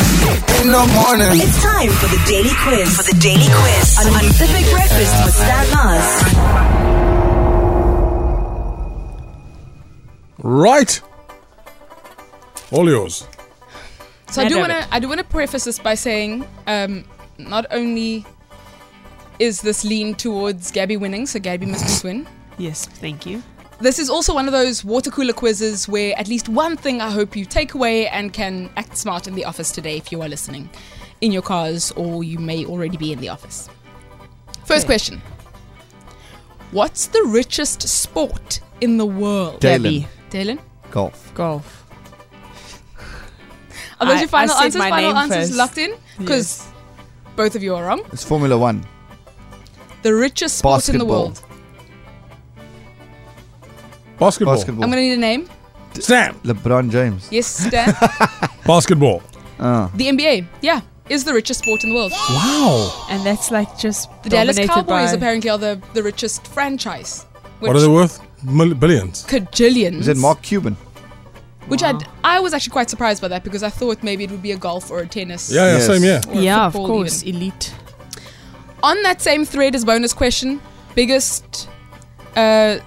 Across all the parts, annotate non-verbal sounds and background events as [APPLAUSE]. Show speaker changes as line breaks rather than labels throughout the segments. in the morning.
It's time for the daily quiz. For the daily quiz on Pacific Breakfast with Stan Mars.
Right. All yours.
So I do
Hand
want
over.
to I do want to preface this by saying um, not only is this lean towards Gabby winning, so Gabby must just
[LAUGHS]
win.
Yes, thank you.
This is also one of those water cooler quizzes where at least one thing I hope you take away and can act smart in the office today if you are listening in your cars or you may already be in the office. First question. What's the richest sport in the world?
Dalen.
Gabby.
Dylan?
Golf.
Golf.
Are those
I-
your final
I said
answers?
my
Final
name
answers
first.
locked in? Because both of you are wrong.
It's Formula One.
The richest sport in the
Basketball.
world.
Basketball.
Basketball.
I'm going to need a name.
Sam.
LeBron James.
Yes,
[LAUGHS]
Stan.
Basketball.
Oh.
the NBA, yeah, is the richest sport in the world.
Wow.
And that's like just
The Dallas
dominated
Cowboys
by-
apparently are the, the richest franchise. Which
What are they worth? Mil- billions.
Cajillions.
Is it Mark Cuban?
Which I'd, I was actually quite surprised by that because I thought maybe it would be a golf or a tennis.
Yeah, yeah,
Yes.
same, yeah.
or a
Yeah, of
football
course.
even.
Elite.
On that same thread as bonus question, biggest uh,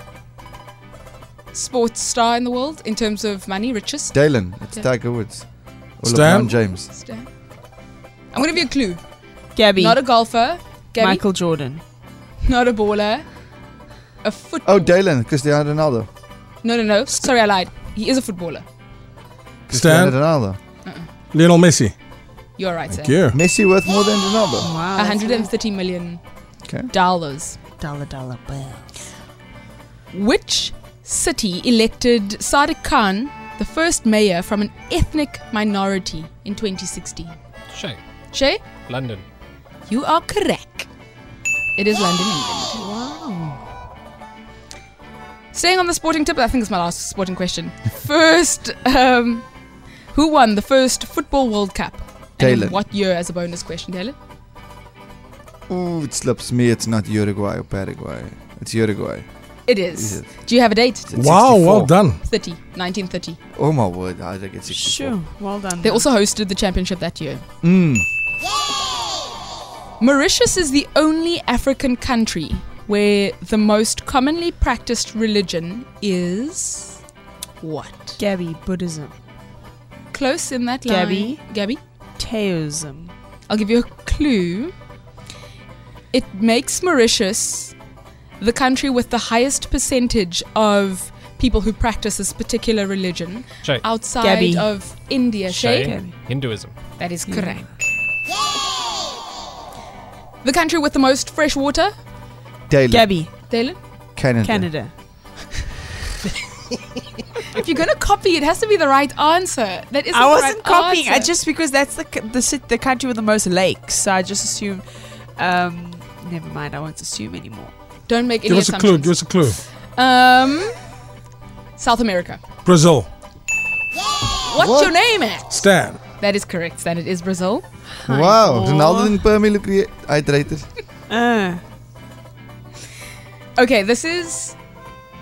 sports star in the world in terms of money, richest.
Dalen. It's
Yeah.
Tiger Woods. Or
Stan?
LeBron James.
Stan. I'm going to give you a clue.
Gabby.
Not a golfer. Gabby,
Michael Jordan.
Not a baller. A foot.
Oh, Dalen. Cristiano Ronaldo.
No, no, no. Sorry, I lied. He is a footballer.
Cristiano
Stan.
Ronaldo.
Lionel Messi.
You're right,
Thank
sir.
you.
Messi worth more than Ronaldo.
Wow.
130 million
Okay.
dollars.
dollar dollar bill.
Which city elected Sadiq Khan the first mayor from an ethnic minority in 2016?
Shay,
Shay,
London.
you are correct. It is London, England. Staying on the sporting tip, I think it's my last sporting question. [LAUGHS] First, um, who won the first Football World Cup? And in
Dalen.
What year as a bonus question, Dalen?
Ooh, it slips me. It's not Uruguay or Paraguay. It's Uruguay.
It
Is
is.
it?
Do you have a date?
It's at
Wow,
64.
well done.
30, 1930.
Oh my word, I think it's 64.
Sure. Well done.
They also hosted the championship that year.
Mm.
Mauritius is the only African country where the most commonly practiced religion is what?
Gabby Buddhism.
Close in that
Gabby?
line. Gabby.
Taoism.
I'll give you a clue. It makes Mauritius the country with the highest percentage of people who practice this particular religion
Shay.
outside
Gabby.
of India. Shay?
Shay.
Hinduism.
That
Hmm.
is correct. The country with the most fresh water,
Dalen.
Gabby
Dalen?
Canada.
Canada.
If you're gonna copy, it has to be the right answer. That is.
I wasn't copying. I
Answer.
just because that's the c- the cit- the country with the most lakes. So I just assume. Um, never mind. I won't assume anymore.
don't make any
Give us a clue.
assumptions.
Give us a clue.
um, South America.
Brazil.
What's your name at?
Stan.
That is correct. That it is Brazil.
Wow,
Aw.
Ronaldo didn't permanently create hydrated.
Uh,
Okay, this is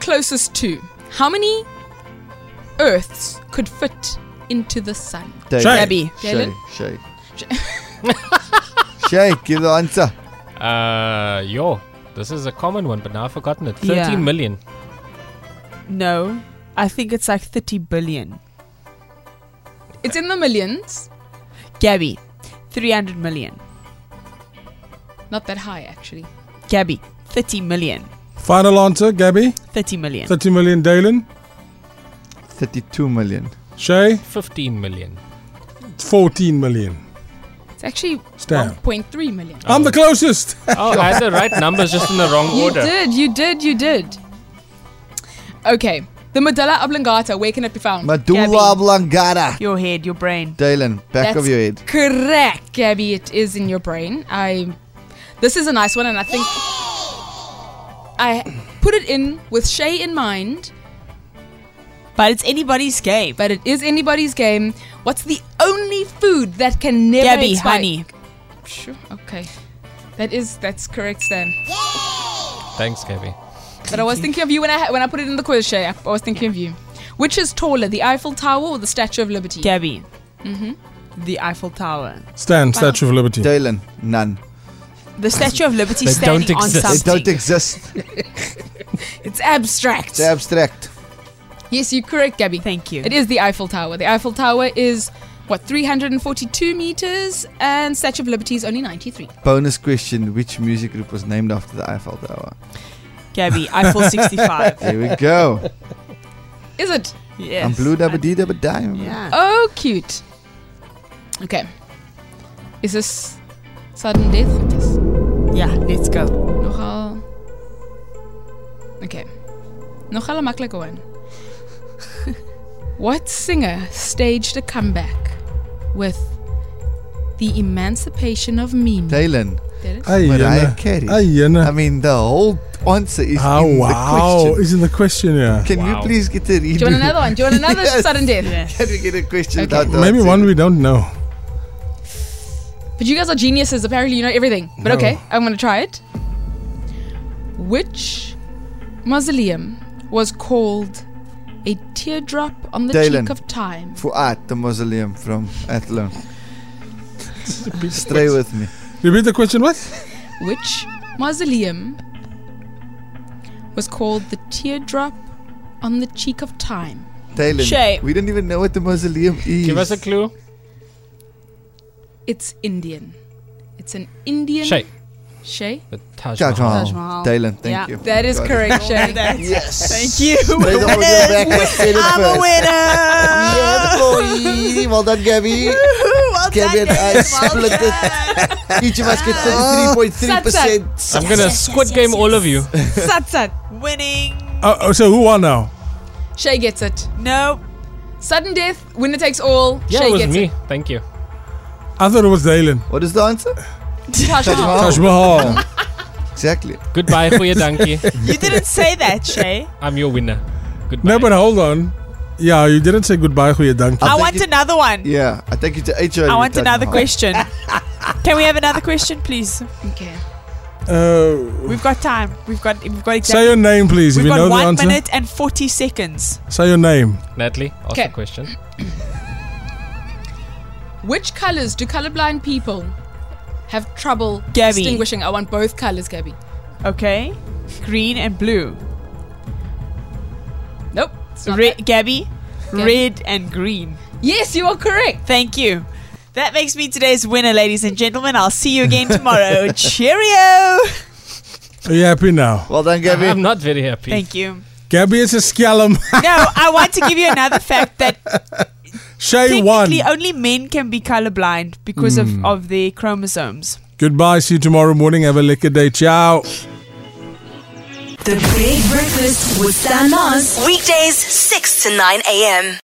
closest to. How many Earths could fit into the sun?
Shay.
Gabby.
Shay.
Dalen?
[LAUGHS] Shay. Shay, give the answer.
Uh, yo, this is a common one, but now I've forgotten it.
Yeah.
Thirteen million.
No, I think it's like thirty billion.
It's in the millions.
Gabby, three hundred million.
Not that high, actually.
Gabby, thirty million.
Final answer, Gabby.
Thirty million.
30 million Dalen.
32 million.
Shay.
Fifteen
[LAUGHS]
million.
14 million.
It's actually
Stan.
1.3 million.
I'm
Oh.
the closest. [LAUGHS]
Oh, I had the right numbers, just in the wrong
You
order.
did. You did. You did. Okay, the medulla oblongata. Where can it be found?
Gabby.
Medulla oblongata.
Your head, your brain.
Dalen, back of
That's
your head.
Correct, Gabby. It is in your brain. I. This is a nice one, and I think I put it in with Shay in mind.
But it's anybody's game.
But it is anybody's game. What's the only food that can never
Gabby,
expire?
honey.
Sure. Okay. That is that's correct, Sam.
Thanks, Gabby.
But I was thinking of you when I ha- when I put it in the quiz, Shay. I, I was thinking of you. Which is taller, the Eiffel Tower or the Statue of Liberty?
Gabby. the Eiffel Tower.
Stan, Statue of Liberty.
Dalen, none.
The Statue of Liberty
They
standing
don't
on
exist.
They
something.
don't exist.
It's abstract.
It's abstract.
yes, you're correct, Gabby.
Thank you.
It is the Eiffel Tower. The Eiffel Tower is what 342 meters, and Statue of Liberty is only 93.
Bonus question: Which music group was named after the Eiffel Tower?
Gabby, Eiffel 65.
There we go.
Is it?
Yes.
I'm blue double D double diamond.
Yeah.
Oh, cute. Okay. Is this sudden death? It is.
Yeah, let's go.
Nogal. Okay. Nogal 'n maklike one. [LAUGHS] what singer staged a comeback with the emancipation of meme?
Dalen.
Did it?
Ay,
Mariah
Jenna.
Carey.
Ay, Jenna.
I mean, the whole answer is
Oh,
in
wow.
the question.
It's in the question, yeah.
Can
Wow.
you please get a redo?
Do you want another one? Do you want another
Yes.
sudden death?
[LAUGHS] Can we get a question
Okay.
without the
Maybe
answer?
one we don't know.
But you guys are geniuses. Apparently, you know everything. But
No.
okay, I'm going to try it. Which mausoleum was called a teardrop on the
Dalen.
cheek of time?
For art, the mausoleum from Athlone. Stay with me.
Repeat the question, what?
Which mausoleum was called the teardrop on the cheek of time?
Dalen.
Shay.
We don't even know what the mausoleum is.
Give us a clue.
It's Indian. It's an Indian.
Shay. [LAUGHS]
Shay?
The Taj
Taj
Mahal.
Mahal.
Taj Mahal.
Dalen, thank
Yeah.
you.
That is
Got it.
correct,
[LAUGHS]
Shay.
Yes.
Thank you.
Play the audio back. I said it
I'm a
first.
winner.
Yeah, boy. Well done, Gabby.
Woohoo, [LAUGHS] well
Gabby
done,
and I
Dennis, well
split it.
done.
Each of us get 33.3%.
I'm gonna squid game all of you.
Sat, sat. Winning.
Oh, oh, so who won now?
Shay gets it.
No.
Sudden death, winner takes all.
Yeah,
Shay
it was
gets
me.
it.
Thank you.
I thought it was Dalen.
What is the answer?
Taj Mahal.
Oh.
Mahal.
Taj
[LAUGHS]
Mahal.
Exactly.
Goodbye for your donkey.
You didn't say
[LAUGHS]
that, Shay.
I'm your [LAUGHS] winner. Goodbye.
no, but hold on. Yeah, you didn't say goodbye, Huya Dank.
I
I
think
want
it-
another one.
Yeah, I take you to HR.
I want another
[LAUGHS]
question. Can we have another question, please?
Okay.
Uh,
We've got time. We've got we've got
say
exactly
your name, please.
we've
if you know
got
the
one
answer,
minute and forty seconds.
say your name.
Natalie, ask
Okay.
the question.
Which colors do colorblind people have trouble
Gabby.
distinguishing? I want both colors, Gabby.
Okay. Green and blue.
Nope. it's not
Red
that.
Gabby, red and green.
Yes, you are correct.
Thank you. That makes me today's winner, ladies and gentlemen. I'll see you again tomorrow. Cheerio!
Are you happy now?
Well done, Gabby.
I'm not very happy.
Thank you.
Gabby is a scallum.
No, I want to give you another fact that
[LAUGHS] Shay won.
technically only men can be colorblind because of, of their chromosomes.
Goodbye. See you tomorrow morning. Have a liquor day. Ciao.
The Big Breakfast with Stan Mars. Weekdays, 6 to 9 a.m.